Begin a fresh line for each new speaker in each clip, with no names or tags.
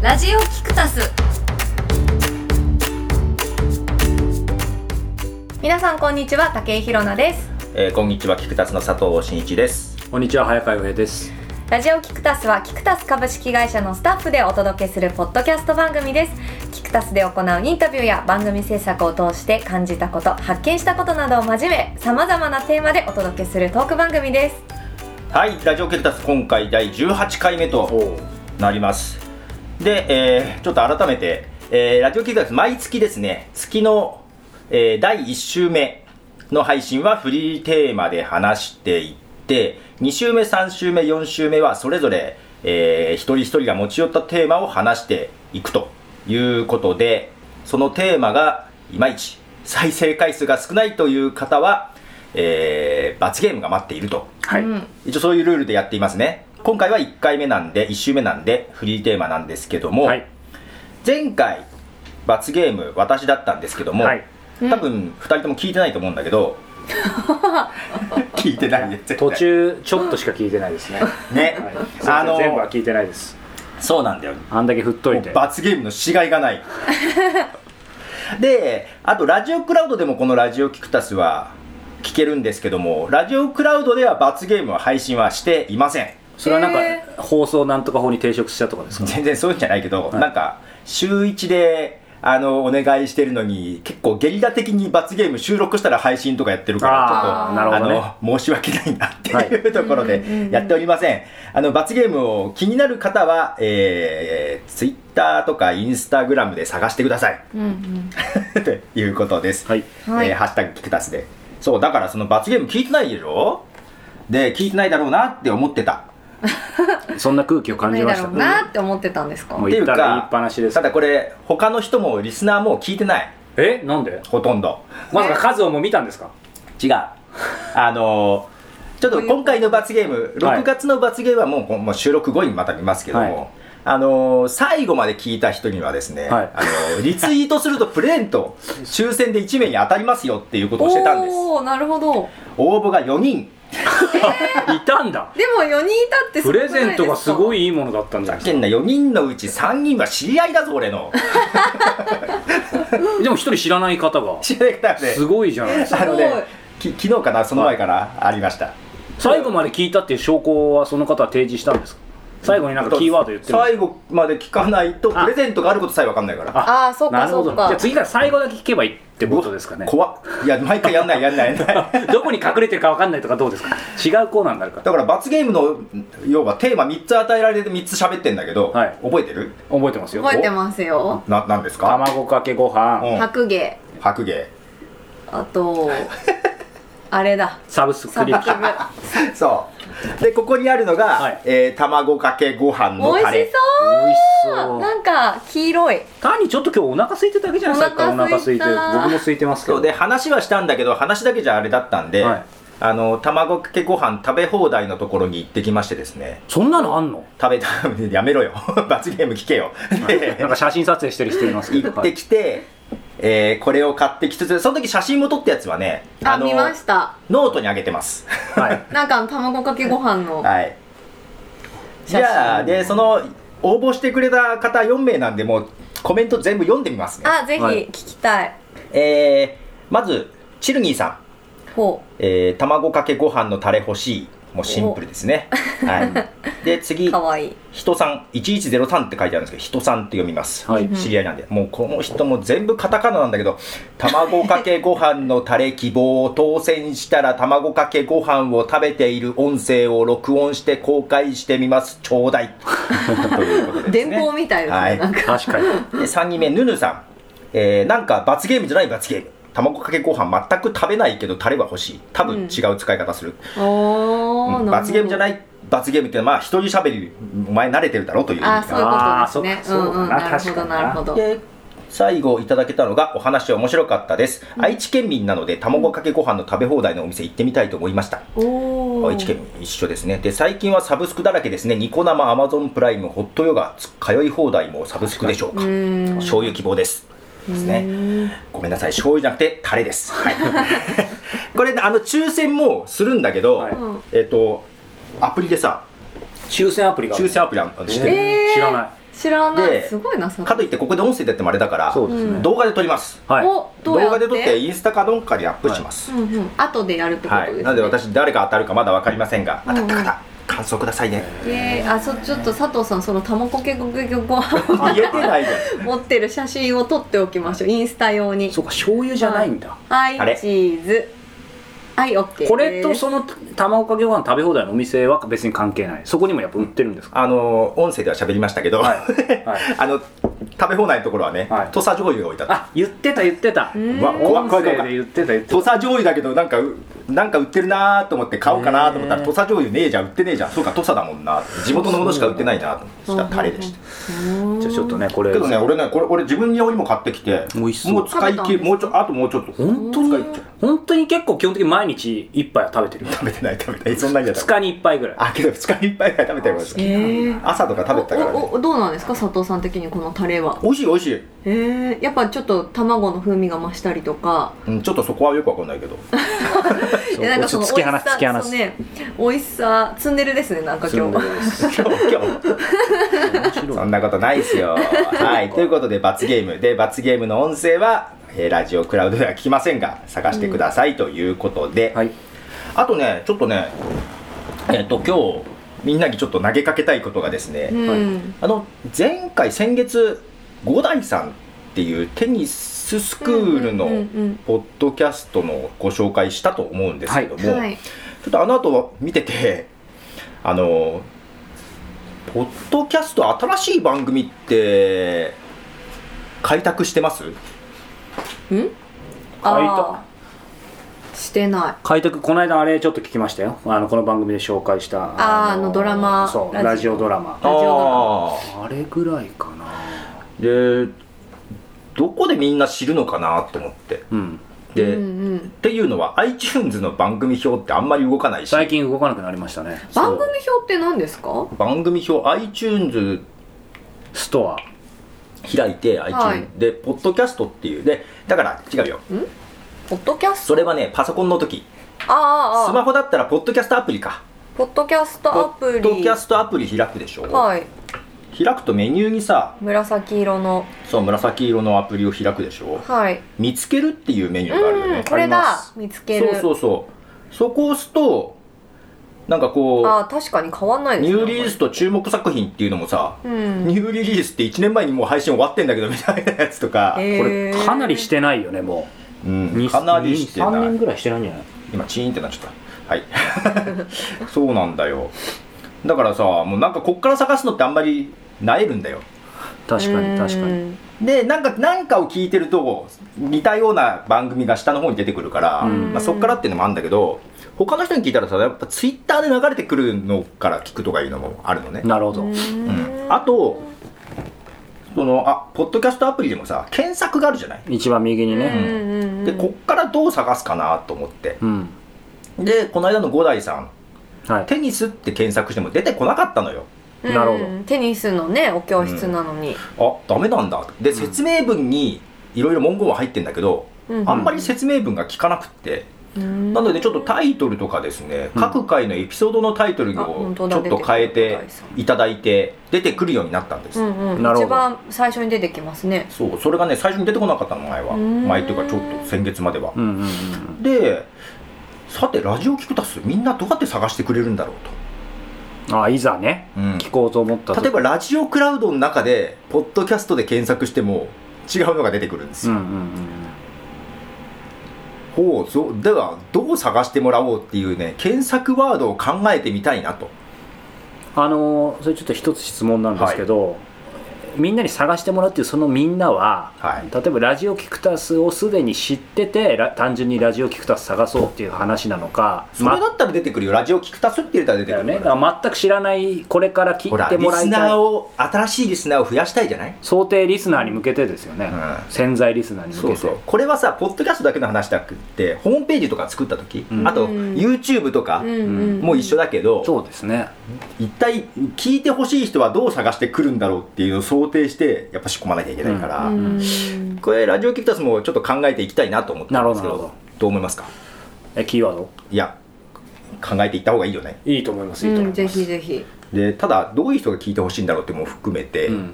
ラジオキクタス皆さんこんにちは武井ひろなです
えー、こんにちは、菊田の佐藤真一です。
こんにちは早川洋平です。
ラジオキクタスはキクタス株式会社のスタッフでお届けするポッドキャスト番組ですキクタスで行うインタビューや番組制作を通して感じたこと発見したことなどを真面目さまざまなテーマでお届けするトーク番組です
はい、ラジオ菊田今回第18回目と
お
なります。で、えーちょっと改めて、えーラジオ菊田毎月ですね、月の、えー第1週目の配信はフリーテーマで話していって、2週目、3週目、4週目はそれぞれ、えー一人一人が持ち寄ったテーマを話していくということで、そのテーマがいまいち再生回数が少ないという方は、えー罰ゲームが待っていると
はい、
うん
一応そういうルールでやっていますね今回は1回目なんで1週目なんでフリーテーマなんですけども、
はい
前回罰ゲーム私だったんですけども、
はい
多分2人とも聞いてないと思うんだけど聞いてないね絶対
途中ちょっとしか聞いてないですね。は
ね
い、すいま
あ
せん全部は
の
聞いてないです。
そうなんだよ
あんだけ振っといて。
罰ゲームのしがいがないであとラジオクラウドでもこの「ラジオキクタス」は聞けるんですけどもラジオクラウドでは罰ゲームは配信はしていません
それはなんか、
え
放送なんとか法に抵触したとかですか。
全然そういうんじゃないけど、
い
なんか週一であのお願いしてるのに結構ゲリラ的に罰ゲーム収録したら配信とかやってるから
あ
ちょっ
ー
と
なるほどね
あの申し訳ないなって
はい
いうところ
うんうんう
で
ん
やっておりません、あの罰ゲームを気になる方は、えー、ツイッターとかインスタグラムで探してください
うんうん
ということです、
はい。
はい
えーハッシュタグキクタスでそうだからその罰ゲーム聞いてないでしょで聞いてないだろうなって思ってた
そんな空気を感じ
何
ま
だ
し
ろ
た
う。なって思ってたんですか
もう言ったら言いっぱなしです
ただこれ他の人もリスナーも聞いてない
え、なんで？
ほとんど
まさか数をもう見たんですか。
違うあのーちょっと今回の罰ゲーム
はい
6月の罰ゲームはもう,、もう収録後にまた見ますけども、
はい
あのー最後まで聞いた人にはですね、
はい
あのーリツイートするとプレゼント抽選で1名に当たりますよっていうことをしてたんです
おーなるほど
応募が4人
いたんだ。
でも4人いたって
プレゼントがす
い
ごいいいものだったんじゃない
けんな4人のうち3人は知り合いだぞ俺の
でも一人 知らない方が。
知り合いだって
すごいじゃないです か。
あのねき昨日かなその前からありました、
最後まで聞いたっていう証拠はその方は提示したんですか。最後になんかキーワード言ってるんですか。
最後まで聞かないとプレゼントがあることさえ分かんないから
あーそうか
なるほど
そうか
じゃあ次から最後だけ聞けばいいってことですかね
怖っいや毎回やんないやんないやん ない
どこに隠れてるか分かんないとかどうです か違うコーナーになるから
だから罰ゲームの要はテーマ3つ与えられて3つ喋ってんだけど、
はい
覚えてる
覚えてますよ
覚えてますよ
ななんですか、
卵かけご飯
うん、
白芸
白芸
あ とあれだ
サブス
サ
ク
ブ
リプション
そうでここにあるのが、
はい
えー卵かけご飯の
美
タ
味し
レ
そう
美味しそう
なんか黄色い
単にちょっと今日お腹空いてただけじゃないですか
お
お
腹
腹
空
空
い
い
た
て僕も空いてますけ
そう
ど
で話はしたんだけど話だけじゃあれだったんで、
はい
あの卵かけご飯食べ放題のところに行ってきましてですね
そんなのあんの
食べたやめろよ 罰ゲーム聞けよ
なんか写真撮影してる人いますけど
行ってきて、えーこれを買ってきつつその時写真も撮ったやつはね
あ
の
見ました
ノートにあげてます
はい はい
なんか卵かけご飯の
はい。じ
写真
ゃあ、で、その、応募してくれた方4名なんで、もう、コメント全部読んでみますね。
あぜひ
はい
聞きたい
えー、まず、チルニーさん。
ほ
えー、卵かけご飯のタレ欲しい。もうシンプルですね。はい。で、
う
次
か、わいい
人さん、1103って書いてあるんですけど、人さんって読みます。
はい
知り合いなんで。もう、この人も全部カタカナなんだけど、卵かけご飯のタレ希望、当選したら卵かけご飯を食べている音声を録音して公開してみます。ちょうだい。ということです
電
ね。
報みたいですね、
はい
なんか
確かに
で3人目、ヌヌさん。えー、なんか罰ゲームじゃない罰ゲーム。卵かけご飯全く食べないけどタレは欲しい。多分違う使い方する。
おー、
うん罰ゲームじゃないい罰ゲームっていうのは、まあ、一人喋り、お前慣れてるだろうという意味
あ
か
そういうことですね
あーそうかそうだ
んうん
な
なるほ
確か
ど
にな
なるほど
で最後いただけたのがお話面白かったです、愛知県民なので卵かけご飯の食べ放題のお店行ってみたいと思いました
おー
愛知県民一緒ですねで最近はサブスクだらけですねニコ生アマゾンプライムホットヨガ通い放題もサブスクでしょう
う
か
ーん
醤油希望ですですね
ね
ごめんなさい醤油じゃなくてタレです、はい これあの抽選もするんだけど、
はい
うん
えっとアプリでさ
抽選アプリがある
抽選アプリあるの知ってる
えー知らない
知知らない
です
ごいなそれ
かといってここで音声でやってもあれだから
そうですね、
うん
動画で撮ります
はい
おどうや
動
って
画で撮ってインスタかどっかでアップします
うんうん後でやるってこと
は
で
い、
すね
なので私誰が当たるかまだ分かりませんが当たった方感想くださいね
えーあそちょっと佐藤さんその卵かけご飯
言えてないじ
持ってる写真を撮っておきましょうインスタ用に
そうか醤油じゃないんだ、
はい
あれ
チーズはいオッケー
これとその卵かけご飯食べ放題のお店は別に関係ないそこにもやっぱ売ってるんですか、
ゃんあの音声では喋りましたけど、
はい、
あの食べ放題のところはね、
はい
土佐醤油が置いてあった
あ言ってた言ってた
ん
うわ怖
音
い怖
声
い怖い
で言ってた言ってた
土佐醤油だけどなんかうなんか売ってるなーと思って買おうかなーと思ったら土佐醤油ねえじゃん売ってねえじゃんそうか土佐だもんな地元のものしか売ってないなと思ってしたらタレでした
じゃあちょっとねこれ
けどね俺ねこれ俺自分用にも買ってきて
美味しそう
もう使い
食
切
べ
り
た
もうちょあともうちょっと
本当に
使い切っちゃう
本当に結構基本的に毎日一杯は食べてる
食べてない食べてないそんなんじゃない
2日に一杯ぐらい
あけど2日に1杯ぐらい食べたよ
え
俺
ー
朝とか食べてたから、
お
ね、
おおどうなんですか佐藤さん的にこのタレは
美味しい美味しい、
えー、やっぱちょっと卵の風味が増したりとか
うん、ちょっとそこはよくわかんないけど
そう
えなんかその
ちょっと突き放す
美味
突き放
しさ
す
そうね美味しさツンデレですねなんか今日は
今日今日そんなことないですよはいということで罰ゲームで罰ゲームの音声は、えーラジオクラウドでは聞きませんが探してくださいということで、
はい
あとねちょっとねえっ、と今日みんなにちょっと投げかけたいことがですね、
うん
あの前回先月五代さんっていうテニススクール
うんうん
の
うん
ポッドキャストのご紹介したと思うんですけども、
うんはい
ちょっとあの後見てて、あの、ポッドキャスト新しい番組って、開拓してます
うん
開拓
あーしてない
開拓この間あれちょっと聞きましたよあのこの番組で紹介した
あーあのドラマ
そう
ラジオ
ラジオドラマ
ラジオドラマ
あ
あれぐらいかな
ーで、どこでみんな知るのかなと思って。
うん
で、
うんうん
っていうのは iTunes の番組表ってあんまり動かないし、
最近動かなくなりましたね
番組
そう
表って何ですか
番組表 iTunes
ストア
開いて iTunes、
はい
で、ポッドキャストっていう。で、だから違うよ。
ポッドキャスト
それはね、パソコンの時。
ああああ
スマホだったらポッドキャストアプリか。
ポッドキャストアプリ
ポッドキャストアプリ開くでしょ、
はい
開くとメニューにさ
紫色の
そう紫色のアプリを開くでしょ
はい
見つけるっていうメニューがあるよね、
うんこれ
ありま
だ
す
見つける
そうそうそうそこを押すとなんかこ
あー確かに変わんない
う
で
ニ
すね
ューリリースと注目作品っていうのもさ、
うん
ニューリリースって1年前にもう配信終わってんだけどみたいなやつとか、
えー
これかなりしてないよねもう
うん、かなりして
3
な
年
い
ぐらいしてないんじゃない
今チーンってなっちゃったはい そうなんだよだからさもうなんかこっから探すのってあんまりなえるんだよ
確か
う
に
ん
確かに
でなんかなんかを聞いてると似たような番組が下の方に出てくるから、
ん
まあ、そっからっていうのもあるんだけど他の人に聞いたらさやっぱツイッターで流れてくるのから聞くとかいうのもあるのね、
なるほど
うん
うんあとそのあポッドキャストアプリでもさ検索があるじゃない
一番右に
うん
ね
うんうん
でこっからどう探すかなと思って
うん
でこの間の五代さん
はい
テニスって検索しても出てこなかったのよ
うん
なるほど
テニスのねお教室なのに
あダメなんだで説明文にいろいろ文言は入ってんだけど、
うん
あんまり説明文が聞かなくって、なのでちょっとタイトルとかですね、
うん
各回のエピソードのタイトル
あ
を
本
ちょ
当
っ
だ
と変え
出てくるタ
て
イト
いただいて出てくるようになったんです、
うんうん
なるほど
一番最初に出てきますね
そうそれがね最初に出てこなかったの前は
うん
前というかちょっと先月までは
う、んうんうん
でさてラジオキクタスみんなどうやって探してくれるんだろう
うんあいざね
と、うん
聞こうと思った
例え
ば
ばラジオクラウドの中でポッドキャストで検索しても違うのが出てくるんです
うん
よ、
うんうん
ほうそうではどう探してもらおうっていうね検索ワードを考えてみたいなと
あのーそれちょっと一つ質問なんですけど、みんなに探してもらうっていうそのみんなは、
はい
例えばラジオキクタスをすでに知っててら単純にラジオキクタス探そうっていう話なのか
それだったら出てくるよラジオキクタスって入れたら出て
だ
くる
よ
か
ね
ら
だから全く知らないこれから聞
ほら
いてもらい
リス
た
ナー
い
を新しいリスナーを増やしたいじゃない
想定リスナーに向けてですよね、
うん
潜在リスナーに向けて
これはさポッドキャストだけの話じゃなくってホームページとか作った時、
うん
あと
うん
YouTube とか
ん
も一緒だけど、
そうですね
一体聞いてほしい人はどう探してくるんだろうっていうのを想定してやっぱ仕込まなきゃいけないから、
うん
これラジオキクタスもちょっと考えていきたいなと思ったんですけど
なるほどなる
どう思いますか
えキーワード
いや考えていった方がいいよね
いいと思いますいいと
う
思い
ん
ます、
ぜひぜひ
でただどういう人が聞いてほしいんだろうっても含めて、
うん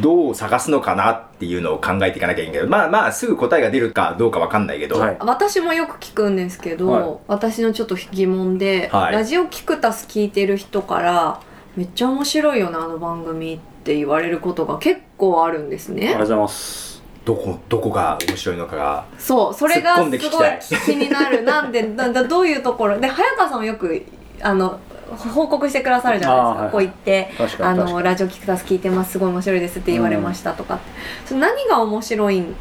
どう探すのかなっていうのを考えていかなきゃいけないけど、まあまあ、すぐ答えが出るかどうかわかんないけど、
はい
私もよく聞くんですけど、
はい
私のちょっと疑問で、
はい
ラジオキクタス聞いてる人から「めっちゃ面白いよなあの番組」って言われることが結構あるんです
あり
ね
がとうございます
どこ、どこが面白いのかが、
そうそれが
突
すご
っ込ん
い
で聞きたい
気になるなん でなんだどういうところで早川さんもよくあの報告してくださるじゃないですか、
あーはい
こう言って
確か
あ
に確か
の「
に
ラジオキクタス聞いてますすごい面白いです」って言われましたとかって、それ何が面白いん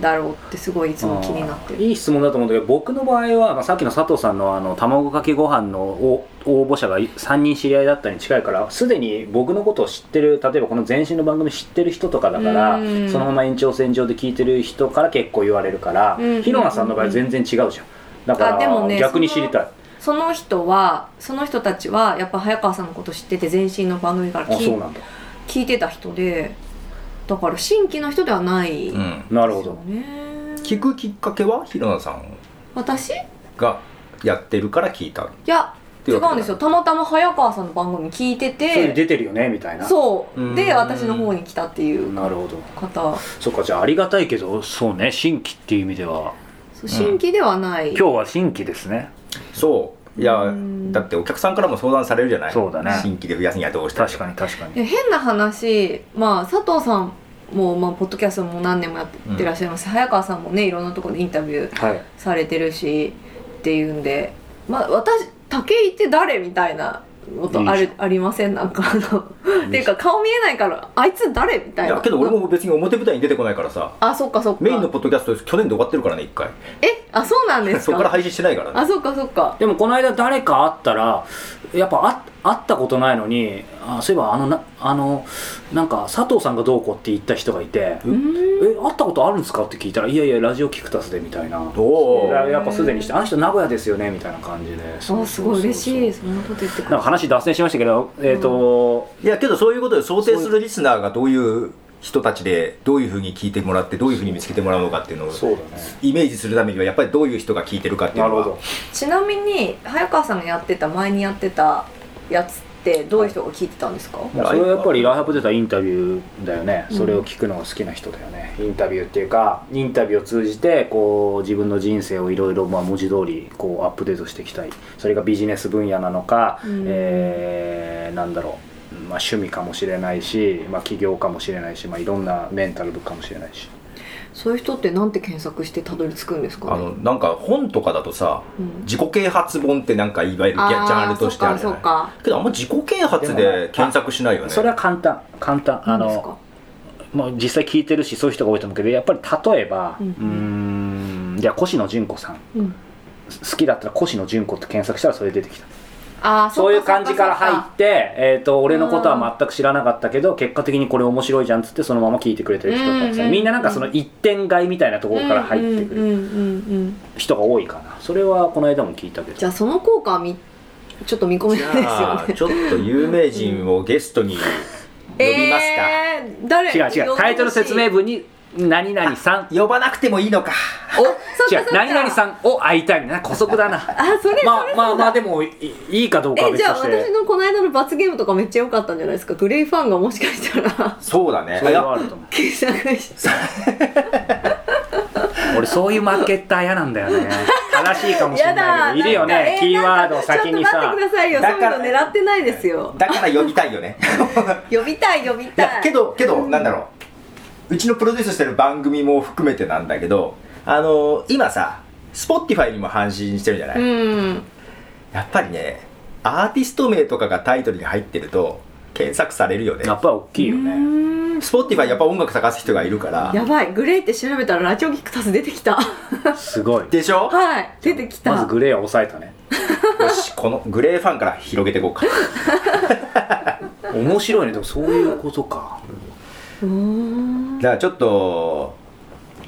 だろうってすごいいつも気になってる
いい質問だと思うんだけど僕の場合は、まあ、さっきの佐藤さんのあの卵かけご飯の応応募者が3人知り合いだったに近いからすでに僕のことを知ってる例えばこの前身の番組知ってる人とかだから
うん
そのまま延長線上で聞いてる人から結構言われるから
うん
ひろなさんの場合全然違うじゃんだか
あでも
ら
ね
逆に知りたい、
その人はその人たちはやっぱ早川さんのこと知ってて全身の番組から
あそ
聞
う
い
なんだ
聞いてた人でだから新規の人ではない、で
う
す
ん。
なるほ
よ
ど
ね
聞くきっかけは、ひろなさん
私い
がやってるから聞いた。っ
や
て
違
いわけ
うんですよたまたま早川さんの番組聞いて
それ
て
出てるよねみたいな
そう
うん
で私の方に来たっていう
なるほど
方
そっかじゃあありがたいけどそうね新規っていう意味では
そう新規ではない、
今日は新規ですね
そう。いや、
うん
だってお客さんからも相談されるじゃない
そうだね
新規で増やすにはどうしたらいい
確かに確か
い
に
や変な話、まあ、佐藤さんも、まあ、ポッドキャストも何年もやってらっしゃいます、早川さんもねいろんなところでインタビュー
はい
されてるしっていうんで、まあ、私武井って誰みたいなことあ
いい
るありませんなんかあのっていうか顔見えないからあいつ誰みたい
い
な
やけど俺も別に表舞台に出てこないからさ
あそっかそっか
メインのポッドキャスト去年で終わってるからね一回
えあそうなんですか
そこから配信してないからね
あそっかそっか
でもこの間誰か会ったらやっぱあ会ったことないのにあそういえばあのなあのなんか佐藤さんがどうこうって言った人がいて「
う
え
ーん
会ったことあるんですか?」って聞いたら「いやいやラジオキクタスで」みたいな
おお
ややっぱすでにして「あの人名古屋ですよね」みたいな感じでそう
あすごい嬉しいそんなこと言ってく
なん
れ
か話脱線しましたけどえっ、と、
いやけどそういうことで想定するリスナーがどういう人たちでどういうふうに聞いてもらってどういうふうに見つけてもらうのかっていうのを
そうだね
イメージするためにはやっぱりどういう人が聞いてるかっていう
なる
の
ほ
は
ど
ちなみに早川さんがやってた前にやってたやつってどういう人が聞いてたんですか、
まあそれはやっぱりライハブ出たインタビューだよねそれを聞くのが好きな人だよね、インタビューっていうかインタビューを通じてこう自分の人生をいろいろまあ文字通りこうアップデートしていきたいそれがビジネス分野なのか、
うん
えーなんだろう、まあ、趣味かもしれないし、まあ、起業かもしれないし、まあ、いろんなメンタルかもしれないし
そういう人ってなんて検索してたどり着くんですかね
あのなんか本とかだとさ
うん
自己啓発本ってなんかいわゆるギ
あ
ャ
ー
ジャンルとしてあるじゃ
そ
な
っ
い
か
けどあんま自己啓発で検索しないよね
それは簡単簡
そ
単
っか
あ
何ですか
の、まあ、実際聞いてるしそういう人が多いと思うけどやっぱり例えば
う
うんーんじゃあ越野純子さん
うん
好きだったら越野純子って検索したらそれ出てきた
あー
そういう
そっか
感じから入
そっか
って、えー、と俺のことは全く知らなかったけど結果的にこれ面白いじゃんっつってそのまま聞いてくれてる人た
うんうんう
ち
ん
みんななんかその一点買いみたいなところから入って
うん
くる
うんうんうん
人が多いかなそれはこの間も聞いたけ
じ
ど
ゃあその効果はみちょっと見込め
じ
ないですよ
ゃあ
ね
ちょっと有名人をゲストに呼びますか、
えー、誰
違う違うタイトル説明
文
文に「何々さん
呼ばなくてもいいのか
おそっか
違
そっ
う
か
何々さんを会いたい」みたいな姑息 だな
あそれ
まあまあまあでもいいいいかどうかは
えじ
別
ゃ
と
あ
して
私のこの間の罰ゲームとかめっちゃ良かったんじゃないですかグレイファンがもしかした ら
そうだね
それはあると思う
検索して
俺そういうマーケッター嫌なんだ よね正しいかもしれないけどいる
な
よ
んか
ね
え
キーワードを
なんか
先にさ
ちょっと待ってくださいよ
だ
そうい
から
うの狙ってないですよ
だから呼びたいよね
呼びたい呼び
い
た
や
い
けどけどなんだろううちのプロデュースしてる番組も含めてなんだけどあの今さ Spotify にも配信してるじゃない、
うん
やっぱりねアーティスト名とかがタイトルに入ってると検索されるよね
やっぱ大きいよ
う
ね
ーん
Spotify やっぱ音楽探す人がいるから
やばいグレイって調べたらラジオキクタス出てきた
すごい
でしょ
はい出てきた
まずグレーは抑えたね
よしこのグレーファンから広げて いこうか
面白いねでもそういうことか
うーん
だからちょっと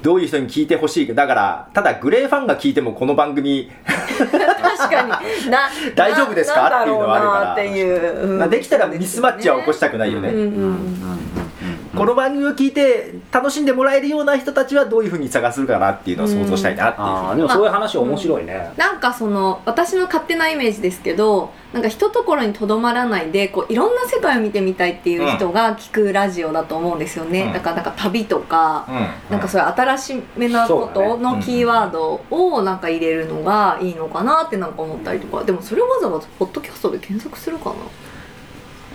どういう人に聞いてほしいかだからただグレーファンが聞いてもこの番組
確かに な
大丈夫ですか
ななんだろうな
っていう
ってい う、うん
できたらミスマッチは起こしたくないよね、
うんうんうん
この番組を聞いて楽しんでもらえるような人たちはどういうふうに探するかなっていうのを想像したいなっていうふうに
ああでもそういう話面白いね、
なんかその私の勝手なイメージですけどなんか一ところにとどまらないでこういろんな世界を見てみたいっていう人が聞くラジオだと思うんですよね、
うん
だからなんか旅とか、
う
なんかそういう新しめなこ
そうだ
と
ね
のキーワードをなんか入れるのがいいのかなってなんか思ったりとかでもそれをわざわざポッドキャストで検索するかな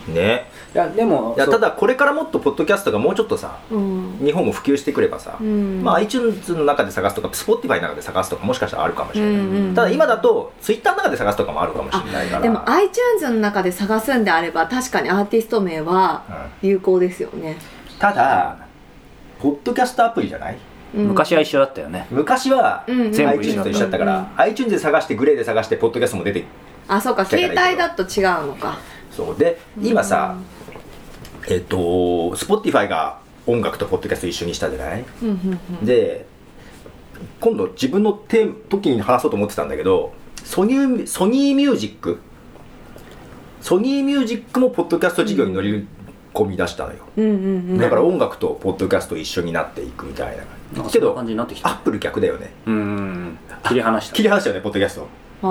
ね
いやでも
いや
そう
ただこれからもっとポッドキャストがもうちょっとさ
うん、
日本も普及してくればさ、
うん、
まあ、iTunes の中で探すとか Spotify の中で探すとかもしかしたらあるかもしれない、
うんうん
ただ今だと Twitter の中で探すとかもあるかもしれないから
でも iTunes の中で探すんであれば確かにアーティスト名は
うん
有効ですよね、
ただポッドキャストアプリじゃない
うん、
昔は一緒だったよね
昔は、
うんうん
全部一緒
iTunes と一緒だったから、
うん
iTunes で探してグレーで探してポッドキャストも出て
あそうか
だか
携
らいいけど
帯だと違うのか
そうで今さ、えっと Spotify が音楽とポッドキャスト一緒にしたじゃない、
うんうんうん
で今度自分のテーマ時に話そうと思ってたんだけどソニーソニーミュージックソニーミュージックもポッドキャスト事業に乗り込み出したのよ、
うんうんうん
だから音楽とポッドキャスト一緒になっていくみたいな
なんか
け
そんな
ど
感じになってき
ア
た
ップル逆だよね
うん切り離した
切り離したよねポッドキャスト
あ
そ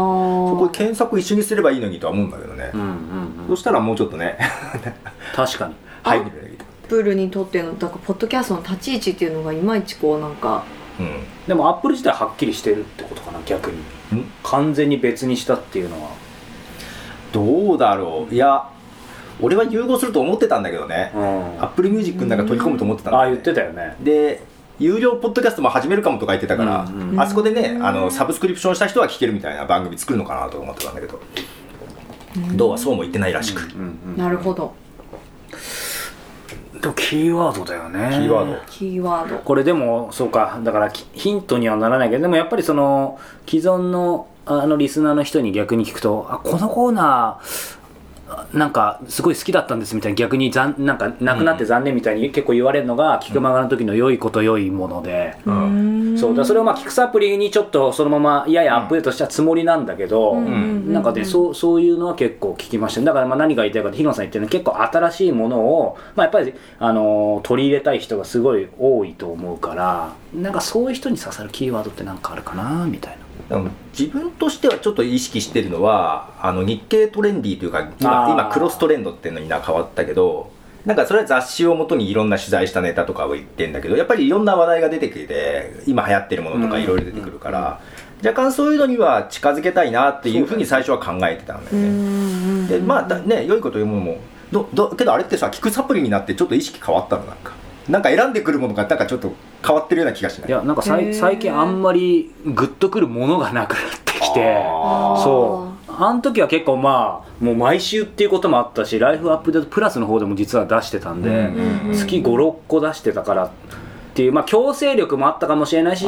こ
ー
検索一緒にすればいいのにとは思うんだけどね、
うんうんう
そ
ん
したらもうちょっとね
確かに
入ってくれるけど
アップルにとってのだからポッドキャストの立ち位置っていうのがいまいちこうなんか
うん
でもアップル自体はっきりしてるってことかな逆に
ん
完全に別にしたっていうのは
どうだろういや俺は融合すると思ってたんだけどね、
うん
アップルミュージックの中に取り込むと思ってたんだよ
ああ
ね
言ってたよね
で有料ポッドキャストも始めるかもとか言ってたから、
うんうん
あそこでねあのサブスクリプションした人は聞けるみたいな番組作るのかなと思ってたんだけど、どうはそうも言ってないらしく、
うんうん
なるほど
でもキーワードだよね
キーワード
キーワード
これでもそうかだからきヒントにはならないけどでもやっぱりその既存のあのリスナーの人に逆に聞くとあこのコーナーあなんかすごい好きだったんですみたいな逆にざんなんかなくなって残念みたいに結構言われるのが、聞く漫画の時の良いこと良いもので、
う
うんん
そうだからそれをまあ聞くサプリにちょっとそのままややアップデートしたつもりなんだけど、
うんうん
なんかね、
う
そうそういうのは結構聞きましたねだからまあ何が言いたいかって、ヒロさん言ってるのは結構新しいものを、まあ、やっぱり、あのー取り入れたい人がすごい多いと思うから、なんかそういう人に刺さるキーワードってなんかあるかなみたいな。
あの自分としてはちょっと意識してるのはあの日経トレンディというか
あ
今
ー
今クロストレンドっていうのに変わったけどなんかそれは雑誌をもとにいろんな取材したネタとかを言ってんだけどやっぱりいろんな話題が出てきて今流行ってるものとかいろいろ出てくるから、若干そういうのには近づけたいなっていうふうに最初は考えてたんだよね。
ん
でまあだね良いこと言うものもどどけどあれってさ聞くサプリになってちょっと意識変わったのなんかなんか選んでくるものがなんかちょっと変わってるような気がしない
いや、なんかさ
へー
い最近あんまりグッとくるものがなくなってきて、
ー
そう。あの時は結構まあ、もう毎週っていうこともあったし、ライフアップデートプラスの方でも実は出してたんで、
うん
うんうん
月56個出してたからっていう、まあ強制力もあったかもしれないし、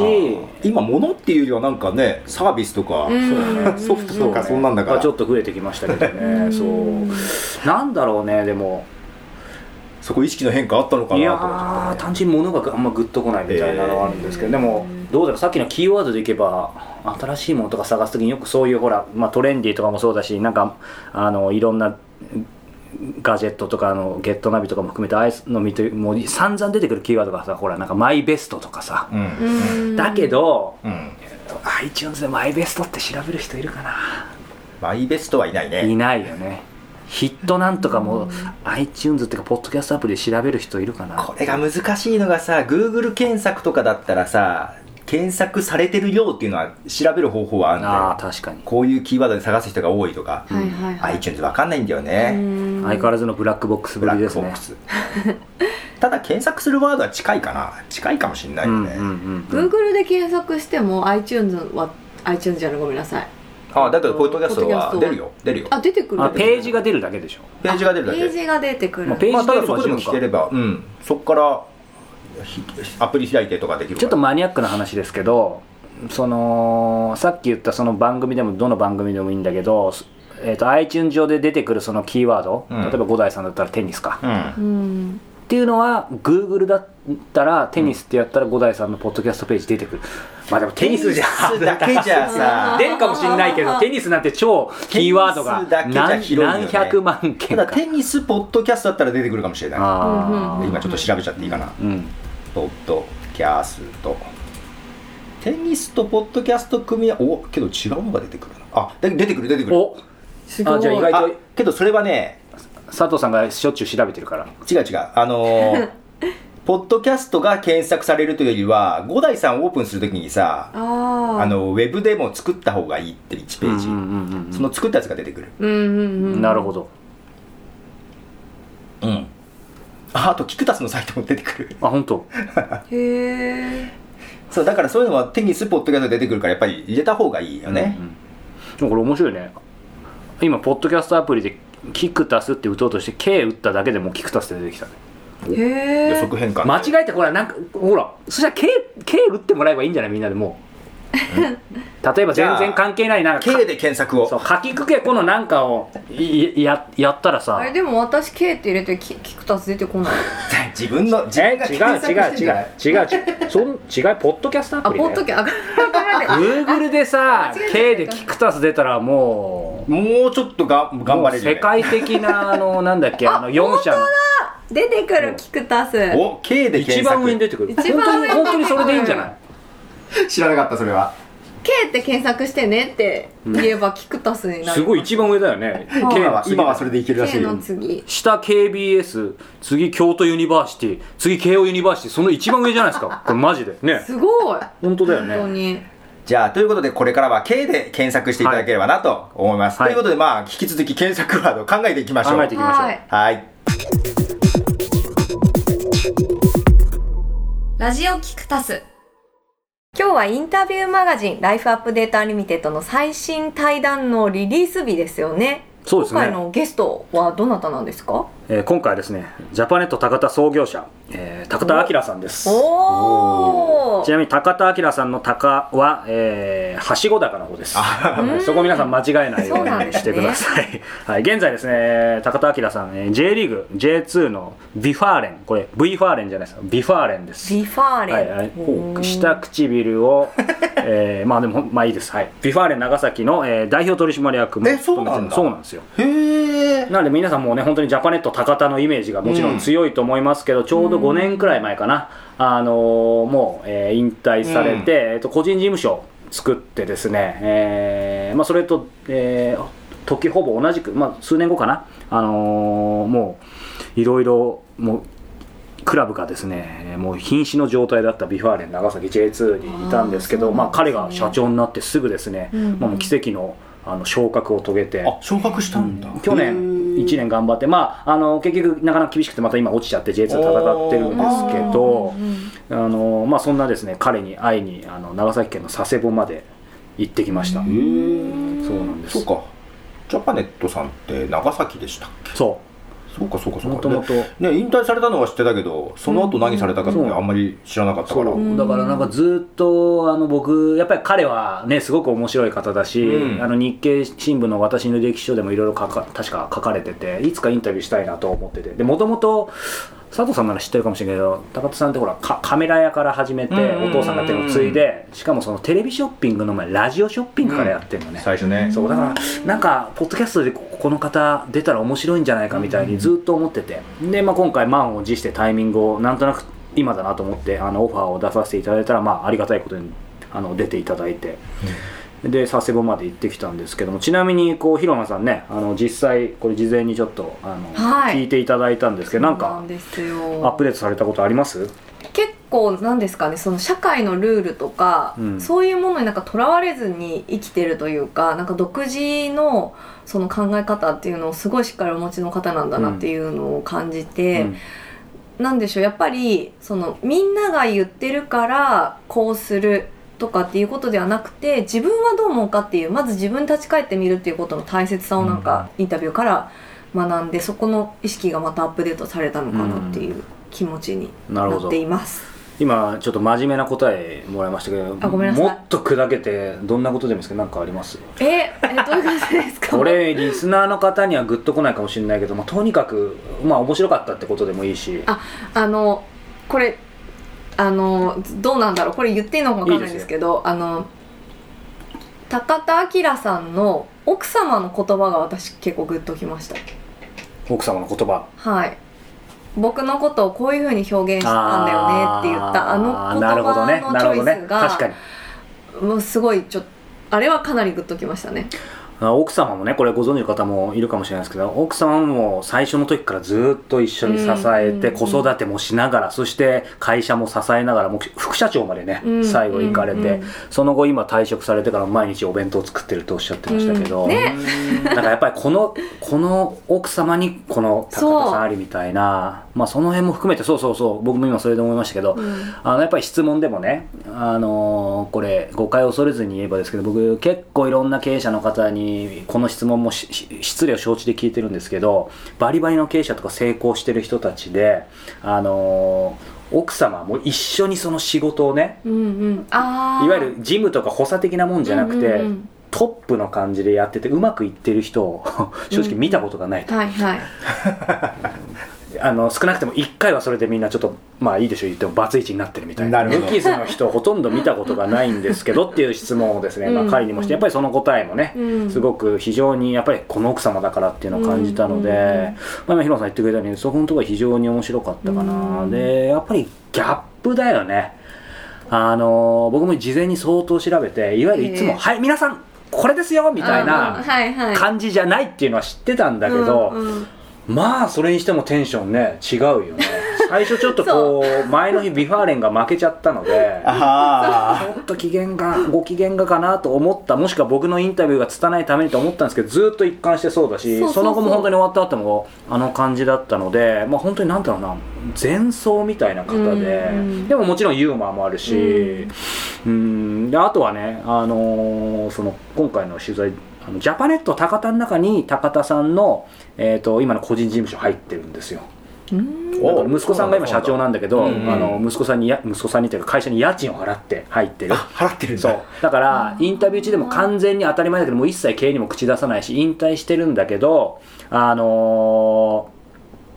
今物っていうよりはなんかねサービスとか、
うん
ソフトとかそんなんだから、
まあちょっと増えてきましたけどねそうなんだろうねでも
そこ意識の変化あったのか
い
な
や
と思っ
ー
ちゃっ
単純に物があんまグッとこないみたいなのはあるんですけど、でもどうだろうさっきのキーワードでいけば新しいものとか探す時によくそういうほら、まあ、トレンディーとかもそうだしなんかあのいろんなガジェットとかあのゲットナビとかも含めてああいうの見てもう散々出てくるキーワードがさほらなんかマイベストとかさ、
たねうん
だけど、
うん、
iTunes でマイベストって調べる人いるかな
マイベストはいないね
いないよねヒットなんとかも、iTunes っていうかポッドキャストアプリで調べる人いるかな
これが難しいのがさ Google 検索とかだったらさ検索されてる量っていうのは調べる方法はあるんだ
ああ
よ
確かに
こういうキーワードで探す人が多いとか、
はいはいはい
iTunes わかんないんだよね、
うん
相変わらずのブラックボックス
ブ
ぶ
ラ
り
ッ
で
ク
す
ボッ
ね
クス、ただ検索するワードは近いかな近いかもしれないよね、
うんうんうん
Google で検索しても iTunes は iTunes じゃないごめんなさい
あだけどポッドキャストは出るよ出るよ
あ出てくる
あページが出るだけでしょ
ページが出るだけ
ページが出てくる、
まあページ
まあ、ただそこでも聞ければ、うん、そこからひアプリ開いてとかできる
ちょっ
か
と
ら
マニアックな話ですけどそのさっき言ったその番組でもどの番組でもいいんだけど、えー、と iTunes 上で出てくるそのキーワード、
うん
例えば五代さんだったらテニスか、
うん
うん
っていうのは Google だったらテニスってやったら五代さんのポッドキャストページ出てくるまあでもテニスじゃ
テニスだけじゃさ
出るかもしれないけどテニスなんて超キーワードが
テニスだけ
何
じゃ広いよね
何百万
た
件
だ
か
テニスポッドキャストだったら出てくるかもしれない
あ
うん
今ちょっと調べちゃっていいかな、
ーうん
ポッドキャストテニスとポッドキャスト組み合わおけど違うのが出てくるなあで出てくる出てくる
お
す
あじゃあ意外
あ
と
けどそれはね
佐藤さんがしょっちゅう調べてるから
違う違うあの ーポッドキャストが検索されるというよりは五代さんをオープンするときにさ
あ
あ
あ
のウェブでも作った方がいいって1ページ、
うんうんうんうん
その作ったやつが出てくる
うんうんうん
なるほど
うんああとキクタスのサイトも出てくる
あ本当
へえ
そうだからそういうのはテニスポッドキャスト出てくるからやっぱり入れた方がいいよね、
でもこれ面白いね今ポッドキャストアプリでキクタスって打とうとして K 打っただけでもうキクタスって出てきたね
へ
予
え
測変換
間違えてほらなんかほらそしたら K, K 打ってもらえばいいんじゃないみんなでもう例えば
じゃ
全
あ
然関係ないなんか
K で検索
そ
を
うかきくけこのなんかをいややったらさ
あれでも私 K って入れてキキクタス出てこない
自分の自
え違う違う違う違う違
分が検索してんじゃないう
そん違 いポッドキャストア
あ
プリ
ポ
だ
ッド
よ
キャあごめん なさい
Google でさ
間違え
K
た
でキクタス出たらもう
もうちょっとが頑張れる
もう世界的なあのなんだっけあの4社の
出てくるキクタスへ
お K で検
一
索
番上に出てくる
一番上に
本当に本当にそれでいいんじゃない
知らなかったそれは
K って検索してねって言えばキクタスになる、
すごい一番上だよね K
今
今は今はそれ
で
でいけるらし
K
いよ
の次
下 KBS 次京都ユニバーシティ次慶応ユニバーシティその一番上じゃないですかこれマジでね
すごい
本当だよ
本当に
じゃあということでこれからは K で検索していただければなと思います、
はい
ということでまあ引き続き検索ワードを考えていきましょう
考えていきましょう
はい
はい
ラジオキクタス今日はインタビューマガジン「ライフアップデートアンリミテッド」の最新対談のリリース日ですよね
そうですね
今回のゲストはどなたなんですか
えー今回はですねジャパネット高田創業者、えー高田明さんです
おお
ちなみに高田明さんの高は、えーはしご高の方です
あ
はいそこ皆さん間違えないよ
そうなん
う
で
に
すね
してください、 はい、現在ですね高田明さん、えー J リーグ J2 のビファーレンこれ V ファーレンじゃないですかビファーレンです
ビファー
はい
レ
は
ン
い、下唇を、えーまあでもまあいいですはいビファーレン長崎の、えー代表取締役も
えそうなんだ
そうなんですよ
へえ
なので皆さんもうね本当にジャパネット高田のイメージがもちろん強いと思いますけど、ちょうど5年くらい前かな、あのーもう、えー引退されて、えっと個人事務所を作ってですね、えーまあ、それと、えー時ほぼ同じく、まあ、数年後かな、あのーもういろいろもうクラブがですねもう瀕死の状態だったビファーレン長崎 J2 にいたんですけど
あーそうなんですね
まあ、彼が社長になってすぐですね、
うんうん
まあもう奇跡のあの昇格を遂げて。
あ昇格したんだ、
去年1年頑張って、まあ、あの結局なかなか厳しくてまた今落ちちゃって J2 戦ってるんですけどあの、まあ、そんなですね彼に会いにあの長崎県の佐世保まで行ってきました、
へえ
そうなんです
そうかジャパネットさんって長崎でしたっけ
そ
そうかそうか
う
そうか
もともと
ね引退されたのは知ってたけどその後何されたかって
うん
あんまり知らなかったから、
そうだからなんかずっとあの僕やっぱり彼はねすごく面白い方だし、
うん
あの日経新聞の「私の歴史書」でもいろいろ書か確か書かれてていつかインタビューしたいなと思っててでもともと佐藤さんなら知ってるかもしれないけど高田さんってほらかカメラ屋から始めて
うんうんうんうん
お父さんがやってるのを継いでしかもそのテレビショッピングの前ラジオショッピングからやってるのね、
最初ね
そうだからなんかポッドキャストでここの方出たら面白いんじゃないかみたいにずっと思っててで、まあ、今回満を持してタイミングをなんとなく今だなと思ってあのオファーを出させていただいたら、まあ、ありがたいことにあの出ていただいて。で佐世保まで行ってきたんですけどもちなみにこう広間さんねあの実際これ事前にちょっとあの、
はい
聞いていただいたんですけどなん
そう
か
なんです
ア
よ
ップデートされたことあります
結構なんですかねその社会のルールとか、
うん
そういうものになんかとらわれずに生きてるというかなんか独自のその考え方っていうのをすごいしっかりお持ちの方なんだなっていうのを感じて、
うん
なんでしょうやっぱりそのみんなが言ってるからこうするとかっていうことではなくて自分はどう思うかっていうまず自分に立ち返ってみるっていうことの大切さをなんかインタビューから学んでそこの意識がまたアップデートされたのかなっていう気持ちに
なる
な
ほ
っ
ど
ています。
今ちょっと真面目な答えもらいましたけど
あごめんなさい
もっと砕けてどんなことでもいいですけど何かあります
え、えどういう感じですか
これリスナーの方にはグッとこないかもしれないけど、まあ、とにかく、まあ、面白かったってことでもいいし
ああのこれあのどうなんだろうこれ言っていいのかわかんないんですけどあの高田明さんの奥様の言葉が私結構グッときました
奥様の言葉
はい僕のことをこういうふうに表現してたんだよねって言ったあの
なる
言
ほどね
葉の
な
チ
るほど
ョイ
ね
ス
確か
が、
に
もうすごいちょっとあれはかなりグッときましたね
あ奥様もねこれご存知の方もいるかもしれないですけど奥様も最初の時からずっと一緒に支えて
うん
子育てもしながらそして会社も支えながらもう副社長までね
うん
最後行かれ
うんう
て
ん
その後今退職されてから毎日お弁当作ってるとおっしゃってましたけど
うんね
だからやっぱりこのこの奥様にこの高田さんありみたいなまあその辺も含めてそうそうそう僕も今それで思いましたけどあのやっぱり質問でもね、あのーこれ誤解を恐れずに言えばですけど僕結構いろんな経営者の方にこの質問もしし失礼を承知で聞いてるんですけどバリバリの経営者とか成功してる人たちで、あのー奥様も一緒にその仕事をね
うんうんああ
いわゆるジムとか補佐的なもんじゃなくて、
うんうん
トップの感じでやっててうまくいってる人を正直見たことがないと
うんはいはい
あの少なくても1回はそれでみんなちょっとまあいいでしょう言ってもバツイチになってるみたいな
なるほど
無傷の人ほとんど見たことがないんですけどっていう質問をですね、まあ、
うん
会にもしてやっぱりその答えもね、
うん
すごく非常にやっぱりこの奥様だからっていうのを感じたので、
うんうん
まあ、今ヒロさん言ってくれたようにそこのところは非常に面白かったかな、
うん
でやっぱりギャップだよねあの僕も事前に相当調べていわゆるいつも
え
「
え
はい皆さんこれですよ」みたい
うん
な
はいはい
感じじゃないっていうのは知ってたんだけど、
うんうん
まあそれにしてもテンションね違うよね最初ちょっとこう前の日ビファーレンが負けちゃったのでち
あ
ょっと機嫌がご機嫌がかなと思ったもしくは僕のインタビューが拙いためにと思ったんですけどずっと一貫してそうだし
そうそうそう
の後も本当に終わった後もあの感じだったのでまあ本当になんだろうな前奏みたいな方で、
うん
でももちろんユーモアもあるし、うんであとはね、あのーその今回の取材あのジャパネット高田の中に高田さんの、えー、と今の個人事務所入ってるんですよ
うん
お
だから息子さんが今社長なんだけど、
そうなんだ
あの息子さんにや息子さんにというか会社に家賃を払って入ってる
あ払ってるんだ
そうだからインタビュー中でも完全に当たり前だけどもう一切経営にも口出さないし引退してるんだけどあのー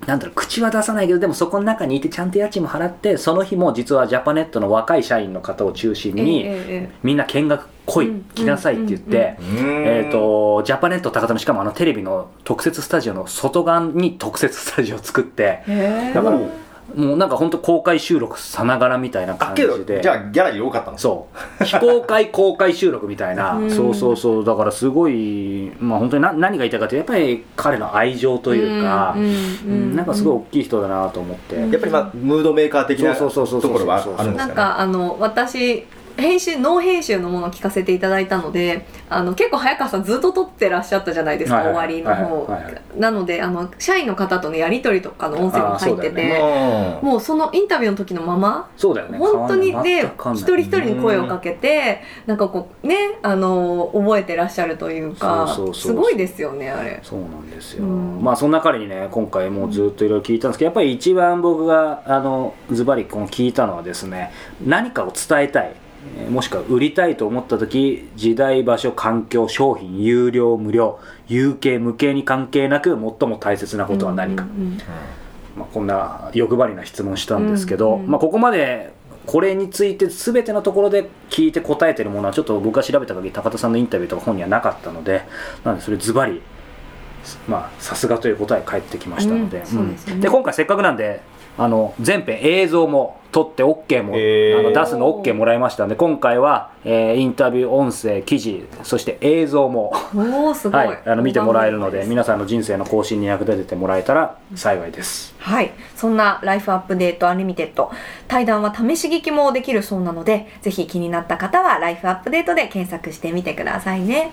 なんだろう口は出さないけどでもそこの中にいてちゃんと家賃も払ってその日も実はジャパネットの若い社員の方を中心に、
ええええ
みんな見学来い、
うん
来なさいって言って、
うん
うーん
えー、とジャパネット高田のしかもあのテレビの特設スタジオの外側に特設スタジオを作って
へえ
だから
おう
もうなんか本当公開収録さながらみたいな
あ
感じ
けど
で
じゃあギャラリー多かったの
そう非公開公開収録みたいな、
うん
そうそうそうだからすごい、まあ、本当にな何が言いたいかってやっぱり彼の愛情というか、
ん
うん
うん
なんかすごい大きい人だなと思って、
うん
やっぱり、まあ、ムードメーカー的な
そ
と
うそうそうそうそ
こ
う
ろはあるんで
なん
すかね
かあの私編集ノー編集のものを聞かせていただいたのであの結構早川さんずっと撮ってらっしゃったじゃないですか、
はいはい
終わりの方、
はいはいはい
なのであの社員の方とのやり取りとかの音声も入って
あーそう
て、
だよ
うん
もうそのインタビューの時のまま
そうだよね
本当にで
変わんない
一人一人に声をかけてなんかこうねあの覚えてらっしゃるというか
そうそうそう
すごいですよねあれ。
そうなんですよ、
うん
まあそんな彼にね今回もうずっといろいろ聞いたんですけどやっぱり一番僕があのズバリこの聞いたのはですね何かを伝えたいえーもしくは売りたいと思った時時代場所環境商品有料無料有形無形に関係なく最も大切なことは何か、
うんうん
まあ、こんな欲張りな質問したんですけど、
うんうん
まあ、ここまでこれについて全てのところで聞いて答えてるものはちょっと僕が調べた限り高田さんのインタビューとか本にはなかったのでなのでそれズバリまあさすがという答え返ってきましたので,
うん
うん、
そうですよね
で今回せっかくなんであの全編映像も撮って OK も、
へー
あの出すの OK もらいましたので今回は、えーインタビュー音声記事そして映像も
うんおーすごい、
はい、あの見てもらえるので
す
皆さんの人生の更新に役立ててもらえたら幸いです。
はい。そんなライフアップデートアンリミテッド。対談は試し聞きもできるそうなので、ぜひ気になった方はライフアップデートで検索してみてくださいね。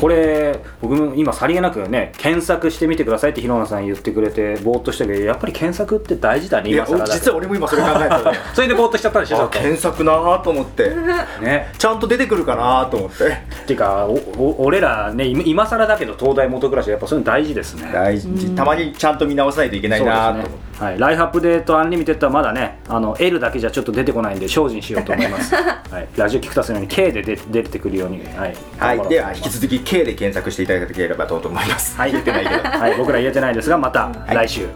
これ僕も今さりげなくね検索してみてくださいって広野さん言ってくれてぼーっとしたけどやっぱり検索って大事だね
いや
今更だけど
実は俺も今それ考えたのよ
それでぼーっとしちゃったでしょちょ
あ
っ
検索なーと思 って
とね
ちゃんと出てくるかなーと思って
っていうかおお俺らね今今更だけど東大元暮らしやっぱそういうの大事ですね
大事たまにちゃんと見直さないといけないなーと思
そう
っ
ですねはい、ライフアップデートアンリミテッドはまだねあの L だけじゃちょっと出てこないんで精進しようと思い ます、はい、ラジオ聞くたすのように K で出出てくるようにはい
てはいでは
き
引き続き K で検索していただければと思います
はい
言ってないけど
はい、僕ら言えてないですがまた来週、